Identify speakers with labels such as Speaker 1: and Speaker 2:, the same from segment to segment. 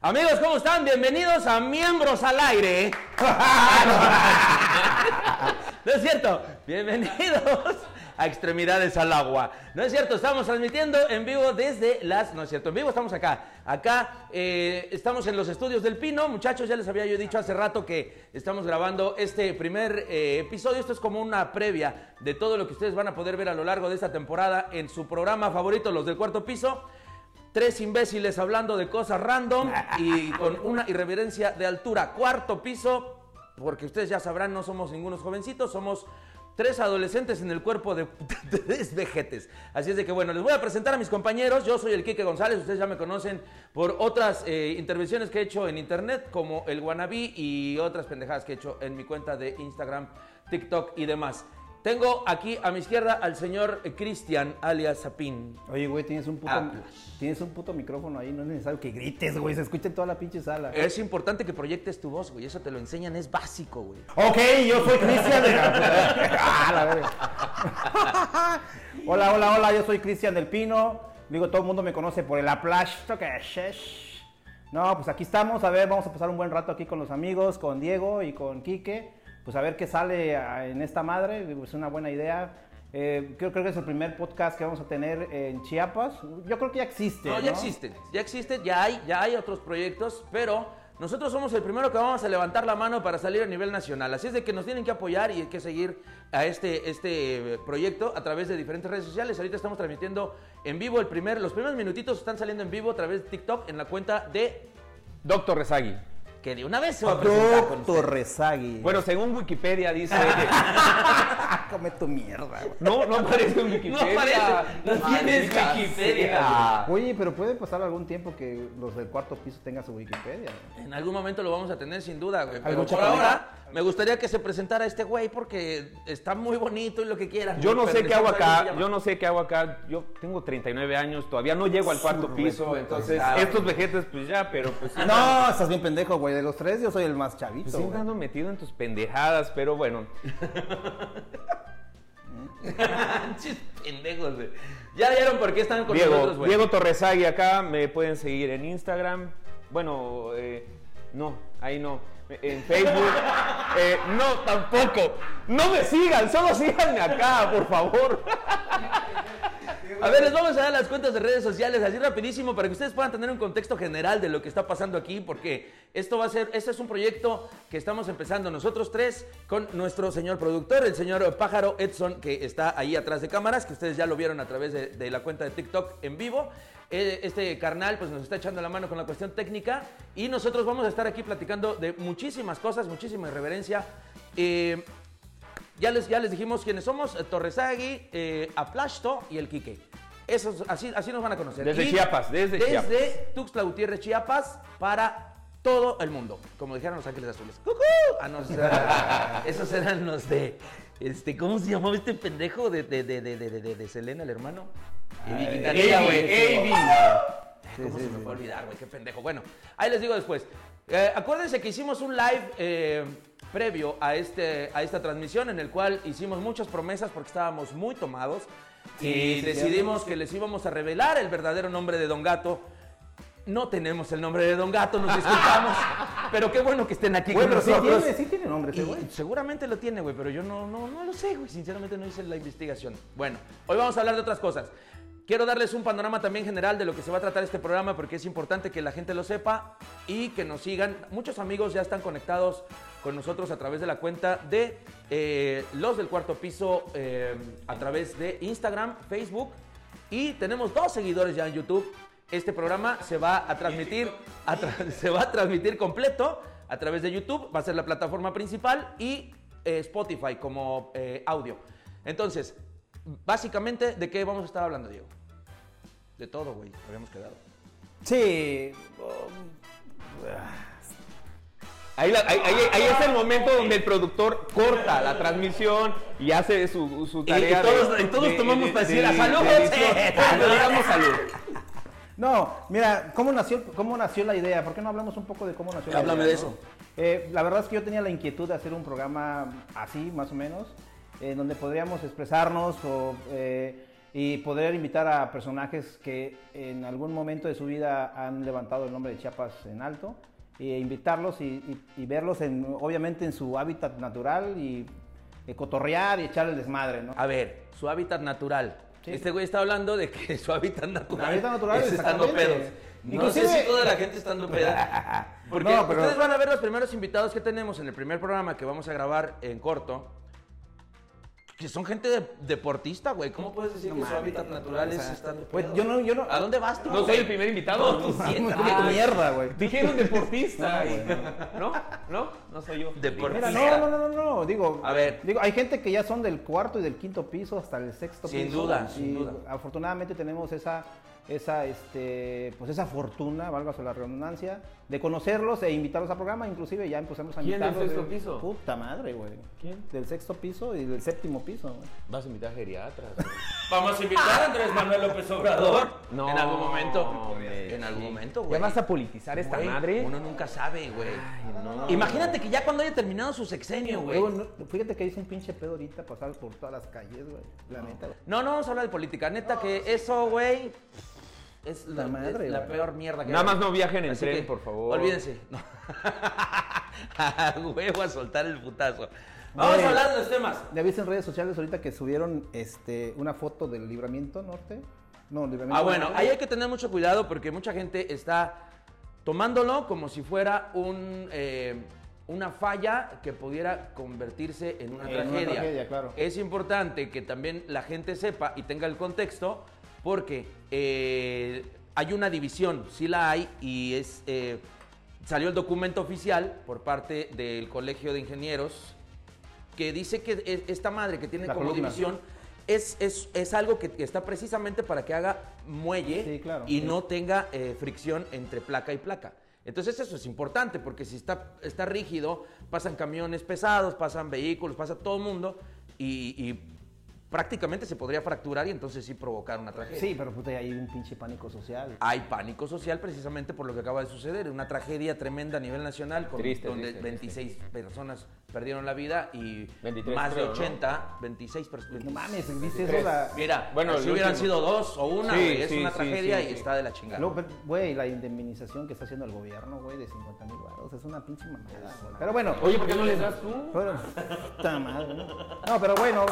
Speaker 1: Amigos, ¿cómo están? Bienvenidos a Miembros al Aire. No es cierto. Bienvenidos a Extremidades al Agua. No es cierto, estamos transmitiendo en vivo desde las... No es cierto, en vivo estamos acá. Acá eh, estamos en los estudios del Pino. Muchachos, ya les había yo dicho hace rato que estamos grabando este primer eh, episodio. Esto es como una previa de todo lo que ustedes van a poder ver a lo largo de esta temporada en su programa favorito, Los del Cuarto Piso tres imbéciles hablando de cosas random y con una irreverencia de altura. Cuarto piso, porque ustedes ya sabrán, no somos ningunos jovencitos, somos tres adolescentes en el cuerpo de tres vejetes. Así es de que bueno, les voy a presentar a mis compañeros. Yo soy el Quique González, ustedes ya me conocen por otras eh, intervenciones que he hecho en internet, como el Guanabí y otras pendejadas que he hecho en mi cuenta de Instagram, TikTok y demás. Tengo aquí a mi izquierda al señor Cristian, alias Sapín.
Speaker 2: Oye, güey, tienes un puto,
Speaker 1: Ah.
Speaker 2: tienes un puto micrófono ahí, no es necesario que grites, güey, se escucha en toda la pinche sala.
Speaker 1: Es importante que proyectes tu voz, güey. Eso te lo enseñan, es básico, güey.
Speaker 2: Ok, yo soy Cristian. de- Ah, la verga. hola, hola, hola, yo soy Cristian del Pino. Digo, todo el mundo me conoce por el aplasto que shesh. No, pues aquí estamos, a ver, vamos a pasar un buen rato aquí con los amigos, con Diego y con Quique. Pues a ver qué sale ah, en esta madre, digo, es una buena idea. Eh, creo, creo que es el primer podcast que vamos a tener en Chiapas. Yo creo que ya existe.
Speaker 1: no, ya existen, ya existen, ya hay, ya hay otros proyectos, pero nosotros somos el primero que vamos a levantar la mano para salir a nivel nacional. Así es de que nos tienen que apoyar y hay que seguir a este, este eh, proyecto a través de diferentes redes sociales. Ahorita estamos transmitiendo en vivo el primer, los primeros minutitos están saliendo en vivo a través de TikTok en la cuenta de
Speaker 3: Doctor Rezagui.
Speaker 1: que de una vez se va a presentar con ustedes.
Speaker 2: Rezagui. Ah,
Speaker 3: Bueno, según Wikipedia dice que
Speaker 2: come tu mierda, güey.
Speaker 3: no, no aparece en Wikipedia.
Speaker 1: No aparece, no tienes
Speaker 3: Maldita
Speaker 1: Wikipedia.
Speaker 3: sea.
Speaker 2: Oye, pero puede pasar algún tiempo que los del cuarto piso tengan su Wikipedia.
Speaker 1: En algún momento lo vamos a tener sin duda, güey. Pero
Speaker 2: ¿Algún
Speaker 1: por
Speaker 2: chaparrito?
Speaker 1: ahora me gustaría que se presentara este güey porque está muy bonito y lo que quiera.
Speaker 3: Yo no
Speaker 1: güey,
Speaker 3: sé
Speaker 1: pero
Speaker 3: qué hago
Speaker 1: necesitamos
Speaker 3: acá,
Speaker 1: algo
Speaker 3: yo no sé qué hago acá. Yo tengo 39 años, todavía no llego al cuarto piso, entonces estos vejetes pues ya, pero pues sí,
Speaker 2: No, estás bien pendejo, güey. De los tres yo soy el más
Speaker 3: pues,
Speaker 2: chavito.
Speaker 3: siempre ando metido en tus pendejadas, pero bueno.
Speaker 1: Pinches pendejos, güey. Ya vieron por qué están con
Speaker 3: Diego,
Speaker 1: nosotros, güey.
Speaker 3: Diego Torresagui acá, me pueden seguir en Instagram. Bueno, eh, no, ahí no. En Facebook. eh, no, tampoco. No me sigan, solo síganme acá, por favor.
Speaker 1: A ver, les vamos a dar las cuentas de redes sociales así rapidísimo para que ustedes puedan tener un contexto general de lo que está pasando aquí, porque esto va a ser, este es un proyecto que estamos empezando nosotros tres con nuestro señor productor, el señor Pájaro Edson, que está ahí atrás de cámaras, que ustedes ya lo vieron a través de, de la cuenta de TikTok en vivo. Eh, Este carnal pues nos está echando la mano con la cuestión técnica y nosotros vamos a estar aquí platicando de muchísimas cosas, muchísima irreverencia. Eh, ya les, ya les dijimos quiénes somos, eh, Torresagui, eh, Aplasto y el Quique. Esos, así, así nos van a conocer.
Speaker 3: Desde
Speaker 1: Y
Speaker 3: Chiapas, desde Chiapas.
Speaker 1: Desde Tuxtla Gutiérrez, Chiapas, para todo el mundo. Como dijeron los Ángeles Azules. ¡Cucú! Ah, no, esos eran, esos eran los de... Este, ¿Cómo se llamaba este pendejo de, de, de, de, de, de- de- de Selena, el hermano? Eddie Quintanilla,
Speaker 3: Eddie,
Speaker 1: güey.
Speaker 3: Eddie.
Speaker 1: Ay, ¿Cómo se me puede olvidar, güey? Qué pendejo. Bueno, ahí les digo después. Eh, acuérdense que hicimos un live eh, previo a, este, a esta transmisión en el cual hicimos muchas promesas porque estábamos muy tomados y decidimos que les íbamos a revelar el verdadero nombre de Don Gato. No tenemos el nombre de Don Gato, nos disculpamos, pero qué bueno que estén aquí
Speaker 2: Güey,
Speaker 1: con
Speaker 2: pero sí
Speaker 1: nosotros.
Speaker 2: tiene, sí tiene nombre ese
Speaker 1: Y
Speaker 2: güey.
Speaker 1: seguramente lo tiene, güey, pero yo no, no, no lo sé, güey. Sinceramente no hice la investigación. Bueno, hoy vamos a hablar de otras cosas. Quiero darles un panorama también general de lo que se va a tratar este programa porque es importante que la gente lo sepa y que nos sigan. Muchos amigos ya están conectados con nosotros a través de la cuenta de eh, los del cuarto piso, eh, a través de Instagram, Facebook y tenemos dos seguidores ya en YouTube. Este programa se va a transmitir, a tra- se va a transmitir completo a través de YouTube, va a ser la plataforma principal y eh, Spotify como eh, audio. Entonces, básicamente, ¿de qué vamos a estar hablando, Diego? De todo, güey, habíamos quedado.
Speaker 2: Sí.
Speaker 3: Ahí, la- ahí- ahí- ahí es el momento donde el productor corta la transmisión y hace su, su tarea.
Speaker 1: y todos- y todos tomamos para decir, "A salud".
Speaker 3: edición. Bueno, digamos salud.
Speaker 2: No, mira, ¿cómo nació, ¿cómo nació la idea? ¿Por qué no hablamos un poco de cómo nació la
Speaker 1: Háblame
Speaker 2: idea?
Speaker 1: de
Speaker 2: no?
Speaker 1: eso.
Speaker 2: Eh, la verdad es que yo tenía la inquietud de hacer un programa así, más o menos, en donde podríamos expresarnos o eh, y poder invitar a personajes que en algún momento de su vida han levantado el nombre de Chiapas en alto e invitarlos y, y- y verlos en, obviamente en su hábitat natural y eh, cotorrear y echar el desmadre, ¿no?
Speaker 1: A ver, su hábitat natural.
Speaker 2: Sí.
Speaker 1: Este güey está hablando de que su hábitat natural,
Speaker 2: hábitat natural,
Speaker 1: es estando pedos.
Speaker 2: exactamente.
Speaker 1: No
Speaker 2: Inclusive-
Speaker 1: sé si toda la gente estando peda. Porque
Speaker 2: No, pero-
Speaker 1: ustedes van a ver los primeros invitados que tenemos en el primer programa que vamos a grabar en corto. Que son gente de- deportista, güey. ¿Cómo puedes decir que su hábitat natural es estando
Speaker 2: Pues,
Speaker 1: pedo?
Speaker 2: yo no- yo no-
Speaker 1: ¿A dónde vas tú?
Speaker 3: No soy
Speaker 1: güey?
Speaker 3: el primer invitado.
Speaker 1: No, tú siéntate.
Speaker 2: Come tu mierda, güey.
Speaker 3: Dijeron deportista.
Speaker 2: No,
Speaker 3: y- ¿No? ¿No? No soy yo.
Speaker 1: Deportista.
Speaker 2: Mira, no, no, no, no, no, digo,
Speaker 1: A ver.
Speaker 2: digo, hay gente que ya son del cuarto y del quinto piso hasta el sexto
Speaker 1: Sin
Speaker 2: piso.
Speaker 1: duda,
Speaker 2: y
Speaker 1: sin duda.
Speaker 2: Afortunadamente tenemos esa, esa, este, pues esa fortuna, valga la redundancia, de conocerlos e invitarlos al programa, inclusive ya empezamos a
Speaker 3: ¿Quién del
Speaker 2: invitarlos.
Speaker 3: sexto
Speaker 2: güey.
Speaker 3: piso?
Speaker 2: Puta madre, güey.
Speaker 3: ¿Quién?
Speaker 2: Del sexto piso y del séptimo piso, güey.
Speaker 3: Vas a invitar geriatras.
Speaker 1: Vamos a invitar a Andrés Manuel López Obrador.
Speaker 3: No,
Speaker 1: En algún momento.
Speaker 3: hombre,
Speaker 1: En algún momento,
Speaker 3: ¿Ya
Speaker 1: güey.
Speaker 3: vas a politizar esta
Speaker 1: Güey,
Speaker 3: madre?
Speaker 1: Uno nunca sabe, güey. Imagínate que ya cuando haya terminado su sexenio, güey.
Speaker 2: Luego, no- fíjate que dicen pinche pedo ahorita pasar por todas las calles, güey. La neta, güey.
Speaker 1: No, no vamos a hablar de política. Neta que eso, güey, es la,
Speaker 2: La madre,
Speaker 1: es la
Speaker 2: güey.
Speaker 1: peor mierda que
Speaker 3: Nada
Speaker 1: hay.
Speaker 3: más no viajen en
Speaker 1: Así
Speaker 3: tren,
Speaker 1: que,
Speaker 3: por favor.
Speaker 1: Olvídense. No. A huevo a soltar el putazo. Vamos
Speaker 2: Güey.
Speaker 1: a hablar de los temas.
Speaker 2: Le aviso en redes sociales ahorita que subieron este, una foto del libramiento norte. No, libramiento
Speaker 1: Ah, bueno,
Speaker 2: norte.
Speaker 1: ahí hay que tener mucho cuidado porque mucha gente está tomándolo como si fuera un, eh, una falla que pudiera convertirse en una
Speaker 2: En una
Speaker 1: tragedia.
Speaker 2: tragedia, claro.
Speaker 1: Es importante que también la gente sepa y tenga el contexto porque eh, hay una división, sí la hay, y es... eh, salió el documento oficial por parte del Colegio de Ingenieros que dice que e- esta madre que tiene
Speaker 2: La
Speaker 1: como
Speaker 2: columna.
Speaker 1: división es, es, es algo que que está precisamente para que haga muelle
Speaker 2: Sí, claro.
Speaker 1: y
Speaker 2: Sí.
Speaker 1: no tenga eh, fricción entre placa y placa. Entonces eso es importante porque si está, está rígido, pasan camiones pesados, pasan vehículos, pasa todo el mundo y, y prácticamente se podría fracturar y entonces sí provocar una tragedia.
Speaker 2: Sí, pero puta, hay un pinche pánico social.
Speaker 1: Hay pánico social precisamente por lo que acaba de suceder, una tragedia tremenda a nivel nacional, con-
Speaker 3: Triste,
Speaker 1: donde
Speaker 3: triste,
Speaker 1: 26 personas perdieron la vida y
Speaker 3: 23
Speaker 1: más de
Speaker 3: creo, ¿no?
Speaker 1: 80, 26 personas.
Speaker 2: No mames, dice eso la...
Speaker 1: Mira,
Speaker 3: Bueno,
Speaker 1: bueno,
Speaker 3: el
Speaker 1: si hubieran
Speaker 3: último.
Speaker 1: sido dos o una,
Speaker 3: Sí,
Speaker 1: güey, es
Speaker 3: sí,
Speaker 1: una
Speaker 3: sí,
Speaker 1: tragedia
Speaker 3: sí,
Speaker 1: y
Speaker 3: sí.
Speaker 1: está de la chingada.
Speaker 2: Luego, pero, Güey, la indemnización que está haciendo el gobierno, güey, de 50 mil baros, es una pinche mamada. güey. Pero bueno,
Speaker 3: Oye, ¿por qué no les das tú?
Speaker 2: bueno, puta madre, ¿no? No, pero bueno,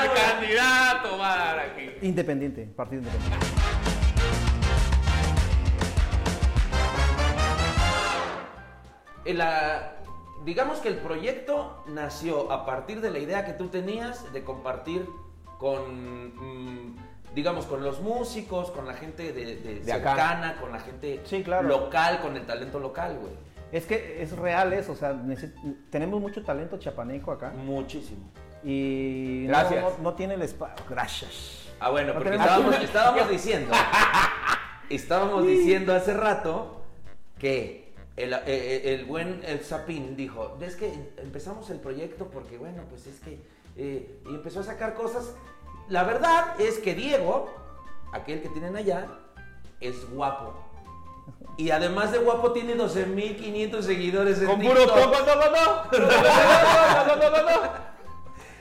Speaker 3: ¡El candidato va aquí!
Speaker 2: independiente, partido independiente.
Speaker 1: Eh, la- digamos que el proyecto nació a partir de la idea que tú tenías de compartir con, mm, digamos, con los músicos, con la gente de, de
Speaker 3: De acá.
Speaker 1: cercana, con la gente
Speaker 2: Sí, claro.
Speaker 1: local, con el talento local, güey.
Speaker 2: Es que es real eso, o sea, necesit- tenemos mucho talento chapaneco acá
Speaker 1: Muchísimo.
Speaker 2: y no-
Speaker 3: Gracias.
Speaker 2: No, no tiene el espacio. Gracias.
Speaker 1: Ah, bueno,
Speaker 2: No
Speaker 1: porque
Speaker 2: tenemos-
Speaker 1: estábamos, estábamos diciendo, estábamos diciendo hace rato que el, eh, eh, el buen el Sapín dijo, es que empezamos el proyecto porque, bueno, pues es que, eh, y empezó a sacar cosas. La verdad es que Diego, aquel que tienen allá, es guapo. Y además de guapo, tiene 12.500 seguidores en
Speaker 3: Con puro
Speaker 1: TikTok.
Speaker 3: coco, no, no, no. No, no, no, no, no, no.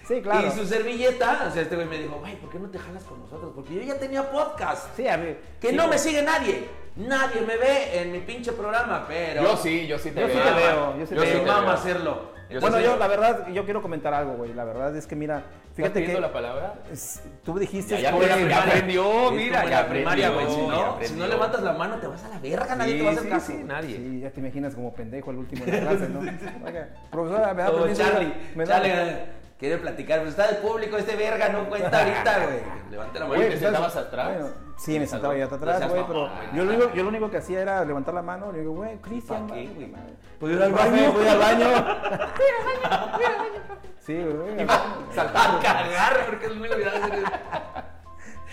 Speaker 2: Sí, claro.
Speaker 1: Y su servilleta, o sea, este güey me dijo, güey, ¿por qué no te jalas con nosotros? Porque yo ya tenía podcast.
Speaker 2: Sí, a mí.
Speaker 1: Que
Speaker 2: sí,
Speaker 1: no me
Speaker 2: güey.
Speaker 1: sigue nadie. Nadie me ve en mi pinche programa, pero.
Speaker 3: Yo sí, yo sí te
Speaker 2: Yo sí
Speaker 3: veo.
Speaker 2: te veo, yo sí
Speaker 1: Me
Speaker 2: te veo.
Speaker 1: mama hacerlo.
Speaker 3: Yo
Speaker 2: Bueno,
Speaker 3: sí
Speaker 2: yo
Speaker 3: te-
Speaker 2: la verdad, yo quiero comentar algo, güey. La verdad es que mira,
Speaker 3: ¿Estás
Speaker 2: fíjate
Speaker 3: pidiendo
Speaker 2: que
Speaker 3: la palabra?
Speaker 2: es- tú dijiste
Speaker 3: Ya, ya
Speaker 2: güey,
Speaker 3: te- ya aprendió,
Speaker 1: Es
Speaker 3: mira,
Speaker 1: como en
Speaker 3: ya
Speaker 1: la primaria, güey.
Speaker 3: aprendió,
Speaker 1: Si
Speaker 3: ya
Speaker 1: no, si
Speaker 3: aprendió.
Speaker 1: no levantas la mano, te vas a la verga, nadie
Speaker 3: Sí,
Speaker 1: te va a hacer
Speaker 3: sí,
Speaker 1: caso.
Speaker 3: sí, nadie.
Speaker 2: Sí, ya te imaginas como pendejo el último en la clase, ¿no? Oiga, profesora, me da
Speaker 1: Como
Speaker 2: permiso.
Speaker 1: Charlie.
Speaker 2: Me da-
Speaker 1: Charlie quiere platicar, pero está el público, este verga no cuenta ahorita, güey. Levanta la mano.
Speaker 3: Güey,
Speaker 1: Te
Speaker 3: ¿te
Speaker 1: sientas-
Speaker 3: sentabas atrás?
Speaker 2: pues, Bueno, sí, me
Speaker 1: Sí,
Speaker 2: sentaba
Speaker 1: salón.
Speaker 2: ya
Speaker 1: No
Speaker 2: atrás,
Speaker 1: seas
Speaker 2: güey, pero
Speaker 1: mamón,
Speaker 2: yo
Speaker 1: güey.
Speaker 2: lo, único, yo lo único que hacía era levantar la mano. Le digo, güey, Cristian.
Speaker 1: ¿Pa' qué, güey?
Speaker 2: ¿Puedo ir al baño? ¿Puedo ir al baño? Sí, güey.
Speaker 1: a cagar, porque es muy olvidado hacer eso.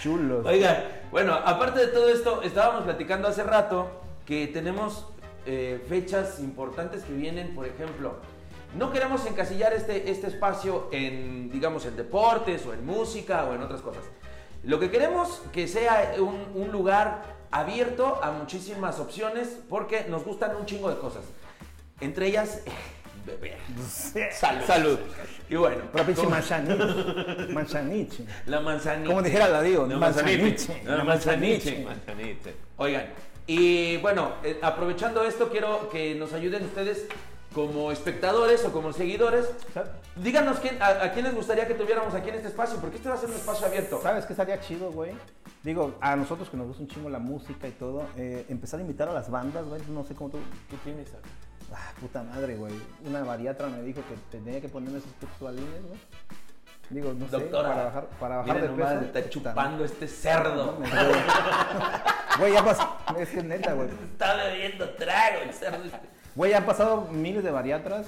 Speaker 2: Chulos.
Speaker 1: Oigan, bueno, aparte de todo esto, estábamos platicando hace rato que tenemos eh, fechas importantes que vienen, por ejemplo, no queremos encasillar este, este espacio en, digamos, en deportes o en música o en otras cosas. Lo que queremos que sea un, un lugar abierto a muchísimas opciones porque nos gustan un chingo de cosas. Entre ellas, beber.
Speaker 2: Salud.
Speaker 1: Salud. Y bueno,
Speaker 2: Pero pinche
Speaker 1: ¿cómo?
Speaker 2: manzaniche. Manzaniche.
Speaker 1: la manzanita.
Speaker 2: Como dijera la Digo,
Speaker 1: La
Speaker 2: manzaniche.
Speaker 1: manzaniche. La manzaniche.
Speaker 3: Manzanite.
Speaker 1: Oigan, y bueno, eh, aprovechando esto, quiero que nos ayuden ustedes como espectadores o como seguidores. Díganos quién, a, a quién les gustaría que tuviéramos aquí en este espacio, porque este va a ser un espacio abierto.
Speaker 2: ¿Sabes qué estaría chido, güey? Digo, a nosotros que nos gusta un chingo la música y todo, eh, empezar a invitar a las bandas, güey. No sé cómo tú.
Speaker 3: ¿Qué tienes acá?
Speaker 2: Ah, puta madre, güey. Una bariatra me dijo que tenía que ponerme esos textualines, güey. Digo, no
Speaker 1: Doctora,
Speaker 2: sé, para bajar, para bajar
Speaker 1: miren
Speaker 2: de
Speaker 1: nomás,
Speaker 2: peso.
Speaker 1: está
Speaker 2: Puta
Speaker 1: chupando este cerdo.
Speaker 2: madre, güey. Güey, ya pasó. Es que neta, güey.
Speaker 1: Está bebiendo trago el cerdo. este.
Speaker 2: Güey, han pasado miles de bariatras.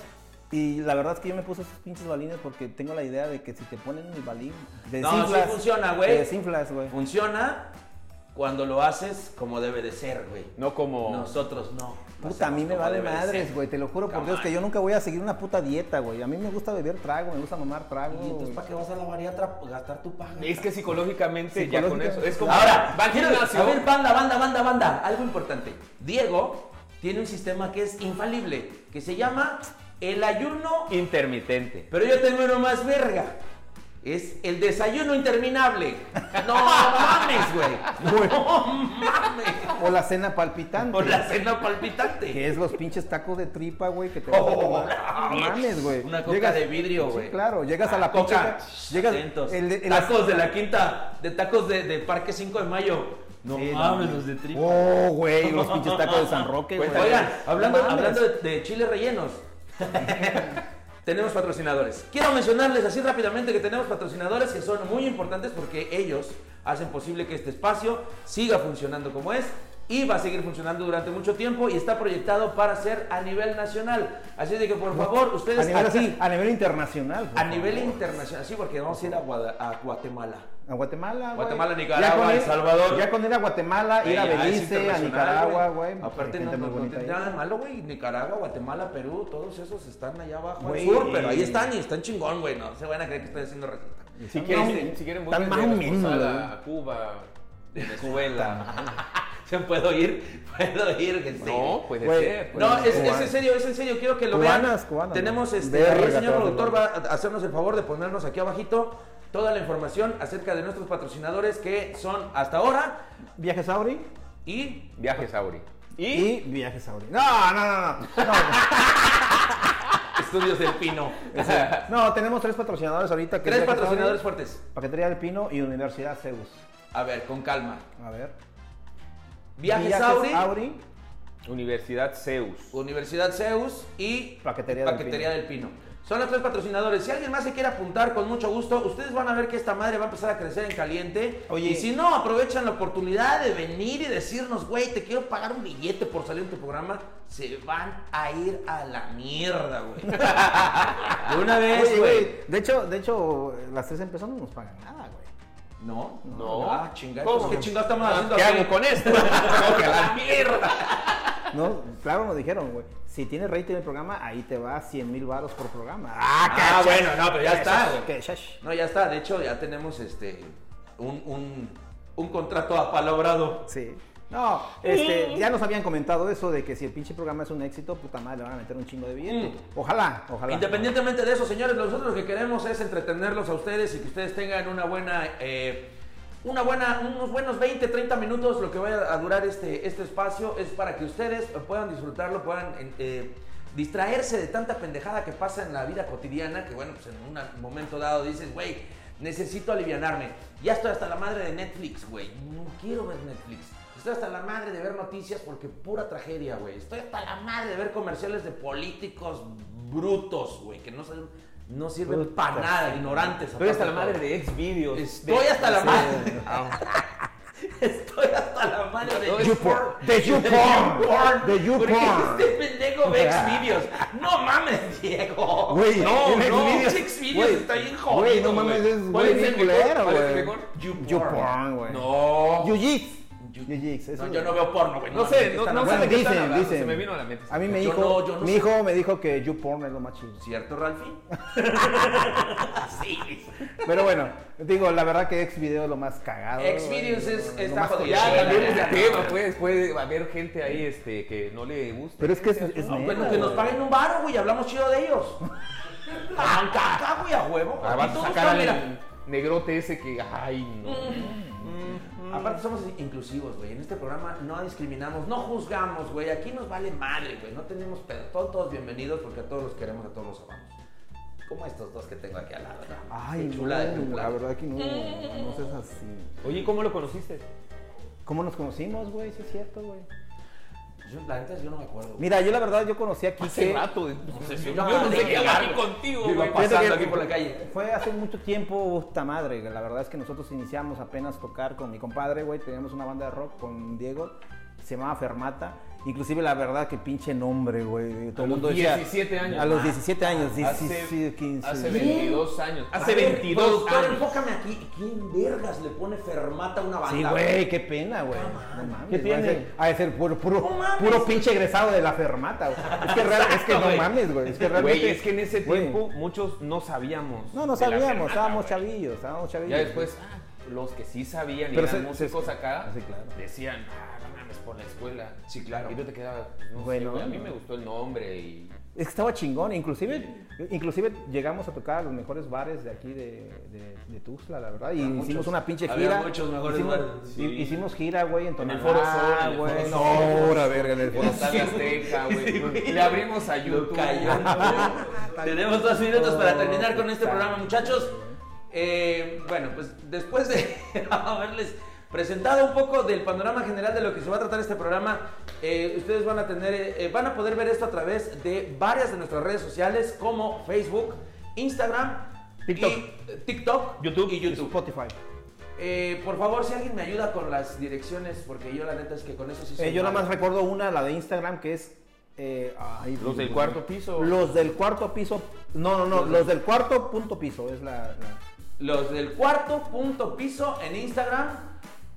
Speaker 2: Y la verdad es que yo me puse esos pinches balines porque tengo la idea de que si te ponen el balín, te
Speaker 1: No, sí
Speaker 2: desinflas.
Speaker 1: funciona, güey.
Speaker 2: Te desinflas, güey.
Speaker 1: Funciona cuando lo haces como debe de ser, güey.
Speaker 3: No como.
Speaker 1: Nosotros no.
Speaker 2: Puta, a mí me
Speaker 1: Hacemos como
Speaker 2: vale
Speaker 1: debe de
Speaker 2: madres,
Speaker 1: ser.
Speaker 2: güey. Te lo juro por
Speaker 1: Come
Speaker 2: Dios que
Speaker 1: on.
Speaker 2: yo nunca voy a seguir una puta dieta, güey. A mí me gusta beber trago, me gusta mamar trago.
Speaker 1: ¿Y entonces
Speaker 2: güey.
Speaker 1: para qué vas a la bariatra Pues, gastar tu paga?
Speaker 3: Es que psicológicamente ya con eso.
Speaker 2: Psicológicamente.
Speaker 3: Es como.
Speaker 1: Ahora,
Speaker 3: va al
Speaker 1: quiero-
Speaker 3: gimnasio.
Speaker 1: A ver, banda, banda, banda, banda. Algo importante. Diego tiene un sistema que es infalible, que se llama el ayuno.
Speaker 3: Intermitente.
Speaker 1: Pero yo tengo uno más verga. Es el desayuno interminable. No mames, güey. No mames.
Speaker 2: O la cena palpitante.
Speaker 1: Por la cena palpitante.
Speaker 2: Que es los pinches tacos de tripa, güey, que te
Speaker 1: Oh,
Speaker 2: vas a
Speaker 1: no.
Speaker 2: tomar. No mames, güey.
Speaker 1: Una coca de vidrio,
Speaker 2: Sí,
Speaker 1: güey.
Speaker 2: claro, llegas a la
Speaker 1: coca.
Speaker 2: pinche- Llegas.
Speaker 1: Atentos.
Speaker 2: el- el-
Speaker 1: tacos de la quinta, de tacos de, de Parque 5 de Mayo. No
Speaker 2: Sí, no
Speaker 1: mames,
Speaker 2: mames.
Speaker 1: los de tripa.
Speaker 2: Oh, güey, los pinches tacos de San Roque, güey.
Speaker 1: Oigan, hablando,
Speaker 2: No mames.
Speaker 1: hablando de, de chiles rellenos, tenemos patrocinadores. Quiero mencionarles así rápidamente que tenemos patrocinadores que son muy importantes porque ellos hacen posible que este espacio siga funcionando como es. Y va a seguir funcionando durante mucho tiempo y está proyectado para ser a nivel nacional. Así de que por favor, ustedes
Speaker 2: a nivel,
Speaker 1: aquí,
Speaker 2: a nivel internacional. por
Speaker 1: a
Speaker 2: favor.
Speaker 1: nivel internacional, sí, porque vamos a ir a, Guada- a Guatemala.
Speaker 2: A Guatemala, güey.
Speaker 1: Guatemala, Nicaragua,
Speaker 2: Ya con
Speaker 1: El
Speaker 2: ir-
Speaker 1: Salvador.
Speaker 2: Ya con ir a Guatemala, ir a
Speaker 1: Ey, ah, es
Speaker 2: Belice, a
Speaker 1: internacional,
Speaker 2: Nicaragua, güey.
Speaker 1: Aparte,
Speaker 2: Hay
Speaker 1: no,
Speaker 2: gente
Speaker 1: no,
Speaker 2: muy
Speaker 1: no
Speaker 2: bonita
Speaker 1: tiene
Speaker 2: ahí.
Speaker 1: nada de malo, güey. Nicaragua, Guatemala, Perú, todos esos están allá abajo al
Speaker 2: Güey.
Speaker 1: sur, pero ahí están y están chingón, güey. No se van a creer que estoy haciendo receta.
Speaker 3: Si
Speaker 2: Tan
Speaker 3: quieren,
Speaker 2: mal-
Speaker 3: si quieren,
Speaker 2: tan
Speaker 3: vuelven de
Speaker 2: mal menos,
Speaker 3: Posada
Speaker 2: güey.
Speaker 3: a Cuba, Venezuela.
Speaker 1: ¿Se puedo ir? ¿Puedo ir? Que sí.
Speaker 3: No, puede
Speaker 2: Güey,
Speaker 3: ser. puede
Speaker 1: No, es,
Speaker 3: ser.
Speaker 1: es en
Speaker 2: Cubanas.
Speaker 1: serio, es en serio, quiero que lo
Speaker 2: pues, Cubanas,
Speaker 1: vean.
Speaker 2: cubanas,
Speaker 1: Tenemos
Speaker 2: güey.
Speaker 1: este,
Speaker 2: Verga,
Speaker 1: el señor
Speaker 2: todas
Speaker 1: productor va
Speaker 2: las
Speaker 1: a hacernos el favor de ponernos aquí abajito toda la información acerca de nuestros patrocinadores que son hasta ahora
Speaker 2: Viajes Auri
Speaker 1: y
Speaker 3: Viajes Auri.
Speaker 2: y, Viajes Auri. No, no, no, no.
Speaker 1: Estudios del Pino.
Speaker 2: No, tenemos tres patrocinadores ahorita. que eh? es
Speaker 1: Tres
Speaker 2: Viajes
Speaker 1: patrocinadores
Speaker 2: Auri,
Speaker 1: fuertes.
Speaker 2: Paquetería del Pino y Universidad Zeus.
Speaker 1: A ver, con calma.
Speaker 2: A ver.
Speaker 1: Viajes, Auri,
Speaker 3: Universidad Zeus.
Speaker 1: Universidad Zeus y
Speaker 2: Paquetería del
Speaker 1: del, Pino. Son los tres patrocinadores. Si alguien más se quiere apuntar, con mucho gusto, ustedes van a ver que esta madre va a empezar a crecer en caliente.
Speaker 2: Oye.
Speaker 1: y si no, aprovechan la oportunidad de venir y decirnos, güey, te quiero pagar un billete por salir en tu programa. Se van a ir a la mierda, güey. de una vez, Pues,
Speaker 2: Oye, güey,
Speaker 1: güey. Ah,
Speaker 2: De hecho, de hecho, las tres empresas no nos pagan nada, güey.
Speaker 1: No,
Speaker 3: No.
Speaker 1: Ah, chingada.
Speaker 3: ¿Cómo?
Speaker 1: ¿Qué chingada estamos haciendo
Speaker 3: ¿Qué
Speaker 1: aquí?
Speaker 3: hago con esto? No, que a la mierda.
Speaker 2: No, claro, nos dijeron, güey. Si tienes rating en el programa, ahí te va 100 mil baros por programa.
Speaker 1: Ah, bueno, no, pero ya está, güey.
Speaker 2: Que shash.
Speaker 1: No, ya está. De hecho, ya tenemos este un, un, un contrato apalabrado.
Speaker 2: Sí. No, este, ya nos habían comentado eso de que si el pinche programa es un éxito, puta madre, le van a meter un chingo de billete.
Speaker 1: Mm.
Speaker 2: Ojalá, ojalá.
Speaker 1: Independientemente de eso, señores, nosotros lo que queremos es entretenerlos a ustedes y que ustedes tengan una buena... eh, una buena, unos buenos 20, 30 minutos, lo que vaya a durar este, este espacio, es para que ustedes puedan disfrutarlo, puedan en- eh, distraerse de tanta pendejada que pasa en la vida cotidiana, que bueno, pues en un momento dado dices, güey, necesito alivianarme. Ya estoy hasta la madre de Netflix, güey. No quiero ver Netflix. Estoy hasta la madre de ver noticias porque pura tragedia, güey. Estoy hasta la madre de ver comerciales de políticos brutos, güey, que no, se- no sirven
Speaker 2: Puta.
Speaker 1: para nada, ignorantes.
Speaker 3: Estoy hasta la
Speaker 1: aparte
Speaker 3: madre
Speaker 1: todo.
Speaker 3: de ex videos.
Speaker 1: Estoy hasta la madre. Estoy hasta la madre de YouPorn.
Speaker 2: De YouPorn. De
Speaker 1: ¿Por
Speaker 2: YouPorn.
Speaker 1: qué este pendejo ve Xvideos? No mames, Diego.
Speaker 2: Güey,
Speaker 1: no,
Speaker 2: el
Speaker 1: no,
Speaker 2: Xvideos-
Speaker 1: pinche Xvideos
Speaker 2: güey,
Speaker 1: está bien jodido.
Speaker 2: Güey, no mames,
Speaker 1: güey.
Speaker 2: es
Speaker 3: ¿Cuál
Speaker 2: güey
Speaker 3: es el
Speaker 2: bien
Speaker 3: mejor?
Speaker 2: culero,
Speaker 3: ¿Cuál es el
Speaker 2: güey.
Speaker 3: mejor?
Speaker 1: YouPorn.
Speaker 2: YouPorn, güey.
Speaker 1: No.
Speaker 2: Yujits.
Speaker 1: Yu-
Speaker 2: Yujits, eso
Speaker 1: No,
Speaker 2: es-
Speaker 1: yo no veo porno, güey.
Speaker 3: No sé,
Speaker 1: mames,
Speaker 3: no,
Speaker 1: están
Speaker 3: no sé
Speaker 1: hablando.
Speaker 3: de qué
Speaker 2: dicen,
Speaker 3: están hablando,
Speaker 2: dicen.
Speaker 3: Se me vino a la mente.
Speaker 2: A mí me
Speaker 1: Yo
Speaker 2: dijo,
Speaker 1: no, yo no
Speaker 2: mi
Speaker 1: sé.
Speaker 2: hijo me dijo que YouPorn es lo más chido.
Speaker 1: ¿Cierto, Ralphie? sí.
Speaker 2: Pero bueno, digo, la verdad que Xvideo es lo más cagado.
Speaker 1: Xvideos
Speaker 2: güey,
Speaker 1: es-
Speaker 2: lo
Speaker 1: está
Speaker 2: más
Speaker 1: jodido.
Speaker 2: cochino.
Speaker 3: Ya, también es de tema, pues. Puede haber gente ahí este, que no le guste.
Speaker 2: Pero es que es, es
Speaker 1: No,
Speaker 2: neta,
Speaker 1: Ah, bueno, que nos
Speaker 2: güey.
Speaker 1: paguen un baro, güey, hablamos chido de ellos. Ah, caca, güey, a huevo.
Speaker 3: Ah, vas
Speaker 1: Aquí
Speaker 3: a
Speaker 1: todos
Speaker 3: sacar
Speaker 1: están,
Speaker 3: al negrote ese que. Ay, no.
Speaker 1: mira, Aparte somos inclusivos, güey. En este programa no discriminamos, no juzgamos, güey. Aquí nos vale madre, güey. No tenemos pedo. Todos, todos bienvenidos porque a todos los queremos, a todos los amamos. Como estos dos que tengo aquí al lado. ¿verdad?
Speaker 2: Ay,
Speaker 1: Qué
Speaker 2: no,
Speaker 1: chula de dupla.
Speaker 2: la verdad que no, no seas así.
Speaker 3: Oye, ¿cómo lo conociste?
Speaker 2: ¿Cómo nos conocimos, güey? Sí es cierto, güey.
Speaker 1: Yo, la neta, yo no me acuerdo. güey.
Speaker 2: Mira, yo la verdad, yo conocí a Kike.
Speaker 3: Hace rato. No sé,
Speaker 1: Yo
Speaker 3: Pues, yo,
Speaker 1: no
Speaker 3: no
Speaker 1: sé
Speaker 3: sé
Speaker 1: qué
Speaker 3: qué
Speaker 1: hablar,
Speaker 3: hablar aquí
Speaker 1: güey.
Speaker 3: contigo,
Speaker 1: Yo iba
Speaker 3: güey.
Speaker 1: pasando
Speaker 2: Fíjate que-
Speaker 1: aquí por la calle.
Speaker 2: Fue hace mucho tiempo, puta madre. La verdad es que nosotros iniciamos apenas tocar con mi compadre, güey. Teníamos una banda de rock con Diego. Se llamaba Fermata. Inclusive, la verdad, que pinche nombre, güey. Todo
Speaker 3: A
Speaker 2: el mundo
Speaker 3: los
Speaker 2: decía.
Speaker 3: 17 años.
Speaker 2: A los 17 años,
Speaker 3: Hace-
Speaker 2: 17, 15.
Speaker 3: Hace
Speaker 2: güey.
Speaker 3: 22 años.
Speaker 1: A
Speaker 3: Hace
Speaker 1: ver,
Speaker 3: 22
Speaker 1: productor,
Speaker 3: años.
Speaker 1: enfócame aquí. ¿Quién vergas le pone fermata a una banda?
Speaker 2: Sí, güey, qué pena, güey. No mames,
Speaker 3: ¿Qué
Speaker 2: va a
Speaker 3: tiene?
Speaker 2: ser- Ha de ser puro, puro,
Speaker 1: No mames.
Speaker 2: puro pinche egresado de la fermata, güey. Es que, real- es que no
Speaker 3: güey.
Speaker 2: mames, güey. Es que realmente.
Speaker 3: Güey, es que en ese
Speaker 2: güey.
Speaker 3: tiempo muchos no sabíamos.
Speaker 2: No, no
Speaker 3: de la
Speaker 2: sabíamos,
Speaker 3: fermata,
Speaker 2: estábamos
Speaker 3: güey.
Speaker 2: chavillos, estábamos chavillos.
Speaker 3: Ya después, ah, los que sí sabían y
Speaker 2: Pero
Speaker 3: eran
Speaker 2: se-
Speaker 3: músicos
Speaker 2: se-
Speaker 3: acá,
Speaker 2: sí, claro.
Speaker 3: decían, ah, no mames, por la escuela.
Speaker 1: Sí, claro.
Speaker 3: Y tú te quedabas, no
Speaker 2: Bueno,
Speaker 3: sé, güey, a mí
Speaker 2: no.
Speaker 3: me gustó el nombre y...
Speaker 2: Es que estaba chingón, inclusive, inclusive llegamos a tocar a los mejores bares de aquí de, de, de Tuxtla, la verdad, y hicimos
Speaker 1: muchos.
Speaker 2: una pinche
Speaker 1: Había
Speaker 2: gira.
Speaker 1: muchos mejores
Speaker 2: hicimos,
Speaker 1: bares,
Speaker 2: hi- Hicimos gira, güey, en
Speaker 3: En el
Speaker 2: Tonalá,
Speaker 3: Foro Sol, en el
Speaker 2: güey.
Speaker 3: Foro Sol.
Speaker 2: No, ahora, verga, en el Foro
Speaker 3: Los
Speaker 2: Sol.
Speaker 3: Azteca, güey. Le abrimos a
Speaker 1: Lo
Speaker 3: YouTube.
Speaker 1: cayó. Tenemos dos minutos para terminar con este programa, muchachos. Eh, bueno, pues después de haberles presentado un poco del panorama general de lo que se va a tratar este programa, eh, ustedes van a tener, eh, eh, van a poder ver esto a través de varias de nuestras redes sociales como Facebook, Instagram,
Speaker 2: TikTok.
Speaker 1: y- eh, TikTok
Speaker 3: YouTube.
Speaker 1: y YouTube.
Speaker 2: Spotify.
Speaker 1: Eh, por favor, si alguien me ayuda con las direcciones, porque yo la neta es que con eso sí soy
Speaker 2: Eh, yo nada
Speaker 1: malo.
Speaker 2: más recuerdo una, la de Instagram, que es... eh, ay,
Speaker 3: Los
Speaker 2: Dios
Speaker 3: del
Speaker 2: mío.
Speaker 3: cuarto piso.
Speaker 2: Los del cuarto piso. No, no, no, los del cuarto punto piso, es la... la-
Speaker 1: Los del cuarto punto piso en Instagram.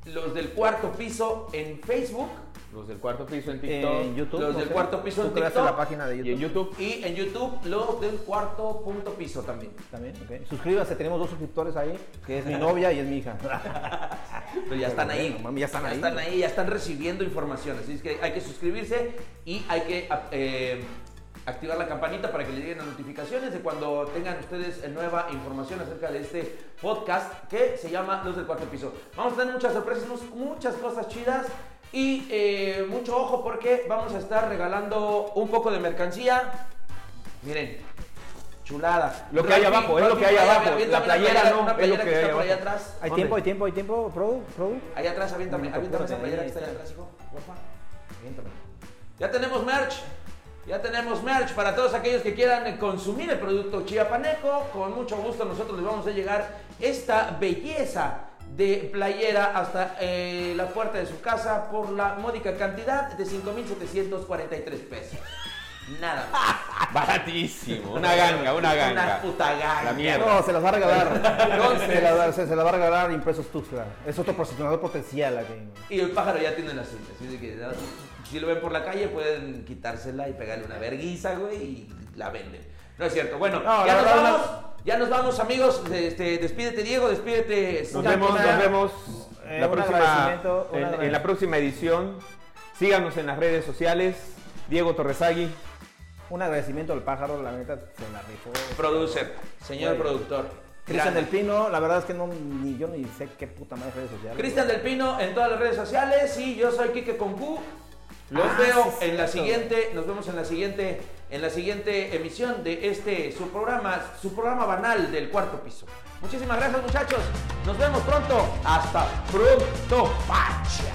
Speaker 1: Los del cuarto piso en Facebook.
Speaker 3: Los del cuarto piso en
Speaker 2: eh,
Speaker 3: TikTok.
Speaker 2: en YouTube.
Speaker 1: Los
Speaker 2: no
Speaker 1: del
Speaker 2: sé.
Speaker 1: cuarto piso
Speaker 2: Tú
Speaker 1: en
Speaker 2: creaste
Speaker 1: TikTok
Speaker 2: la página de
Speaker 3: Y en YouTube.
Speaker 1: Y en YouTube, los del cuarto punto piso también.
Speaker 2: También, ok. Suscríbase, tenemos dos suscriptores ahí, que es mi novia y es mi hija.
Speaker 1: Pero ya están ahí.
Speaker 2: bueno, mami, ya están ahí.
Speaker 1: ya están recibiendo información. Así es que hay que suscribirse y hay que a- eh, activar la campanita para que le lleguen las notificaciones de cuando tengan ustedes eh, nueva información acerca de este podcast que se llama Los del Cuarto Piso. Vamos a tener muchas sorpresas, mus- muchas cosas chidas. Y eh, mucho ojo porque vamos a estar regalando un poco de mercancía. Miren, chulada.
Speaker 3: Lo que hay
Speaker 1: Ralphie,
Speaker 3: abajo, es lo
Speaker 1: Ralphie,
Speaker 3: que hay
Speaker 1: vaya,
Speaker 3: abajo.
Speaker 1: aviéntame
Speaker 3: La
Speaker 1: una
Speaker 3: playera no,
Speaker 1: una
Speaker 3: es lo
Speaker 1: playera
Speaker 3: que
Speaker 1: está
Speaker 3: hay
Speaker 1: por ahí
Speaker 3: abajo.
Speaker 1: atrás.
Speaker 2: ¿Hay
Speaker 3: ¿Dónde?
Speaker 2: tiempo, hay tiempo, hay tiempo, Pro? Pro?
Speaker 1: Allá atrás, aviéntame,
Speaker 2: Bonito,
Speaker 1: aviéntame esa
Speaker 2: apúrate,
Speaker 1: playera que
Speaker 2: ahí
Speaker 1: está allá
Speaker 2: está.
Speaker 1: atrás, hijo. Guapa. Aviéntame. Ya tenemos merch. Ya tenemos merch para todos aquellos que quieran eh, consumir el producto chiapaneco. Con mucho gusto nosotros les vamos a llegar esta belleza de playera hasta eh, la puerta de su casa por la módica cantidad de 5.743 pesos. Nada más.
Speaker 3: Baratísimo. Una ganga, una ganga.
Speaker 1: Una puta ganga.
Speaker 3: La mierda.
Speaker 2: No, se las va a regalar.
Speaker 1: Entonces.
Speaker 2: se, las va, se- se las va a regalar Impresos Tuxtla. Es otro patrocinador potencial aquí.
Speaker 1: Y el pájaro ya tiene la suya, así de que ya, si lo ven por la calle pueden quitársela y pegarle una verguiza, güey, y la venden. No es cierto. Bueno,
Speaker 2: No,
Speaker 1: ya
Speaker 2: la
Speaker 1: nos
Speaker 2: verdad,
Speaker 1: vamos. Ya nos vamos, amigos. Este, despídete, Diego, despídete.
Speaker 3: Nos
Speaker 1: Scapina.
Speaker 3: vemos, nos vemos
Speaker 2: Eh,
Speaker 3: la
Speaker 2: un
Speaker 3: próxima,
Speaker 2: agradecimiento, un
Speaker 3: en- en,
Speaker 2: agradecimiento.
Speaker 3: la próxima edición. Síganos en las redes sociales. Diego Torresagui.
Speaker 2: Un agradecimiento al pájaro, la neta, se la rifó.
Speaker 1: Producer, señor
Speaker 2: Güey.
Speaker 1: productor.
Speaker 2: Cristian
Speaker 1: Grande.
Speaker 2: del Pino, la verdad es que no, ni yo ni sé qué puta madre redes sociales.
Speaker 1: Cristian del Pino en todas las redes sociales y yo soy Kike Concu. Los
Speaker 2: Ah, sí
Speaker 1: veo
Speaker 2: es
Speaker 1: en la
Speaker 2: cierto.
Speaker 1: siguiente, nos vemos en la siguiente, en la siguiente emisión de este su programa, su programa banal del cuarto piso. Muchísimas gracias muchachos, nos vemos pronto, hasta pronto, pacha.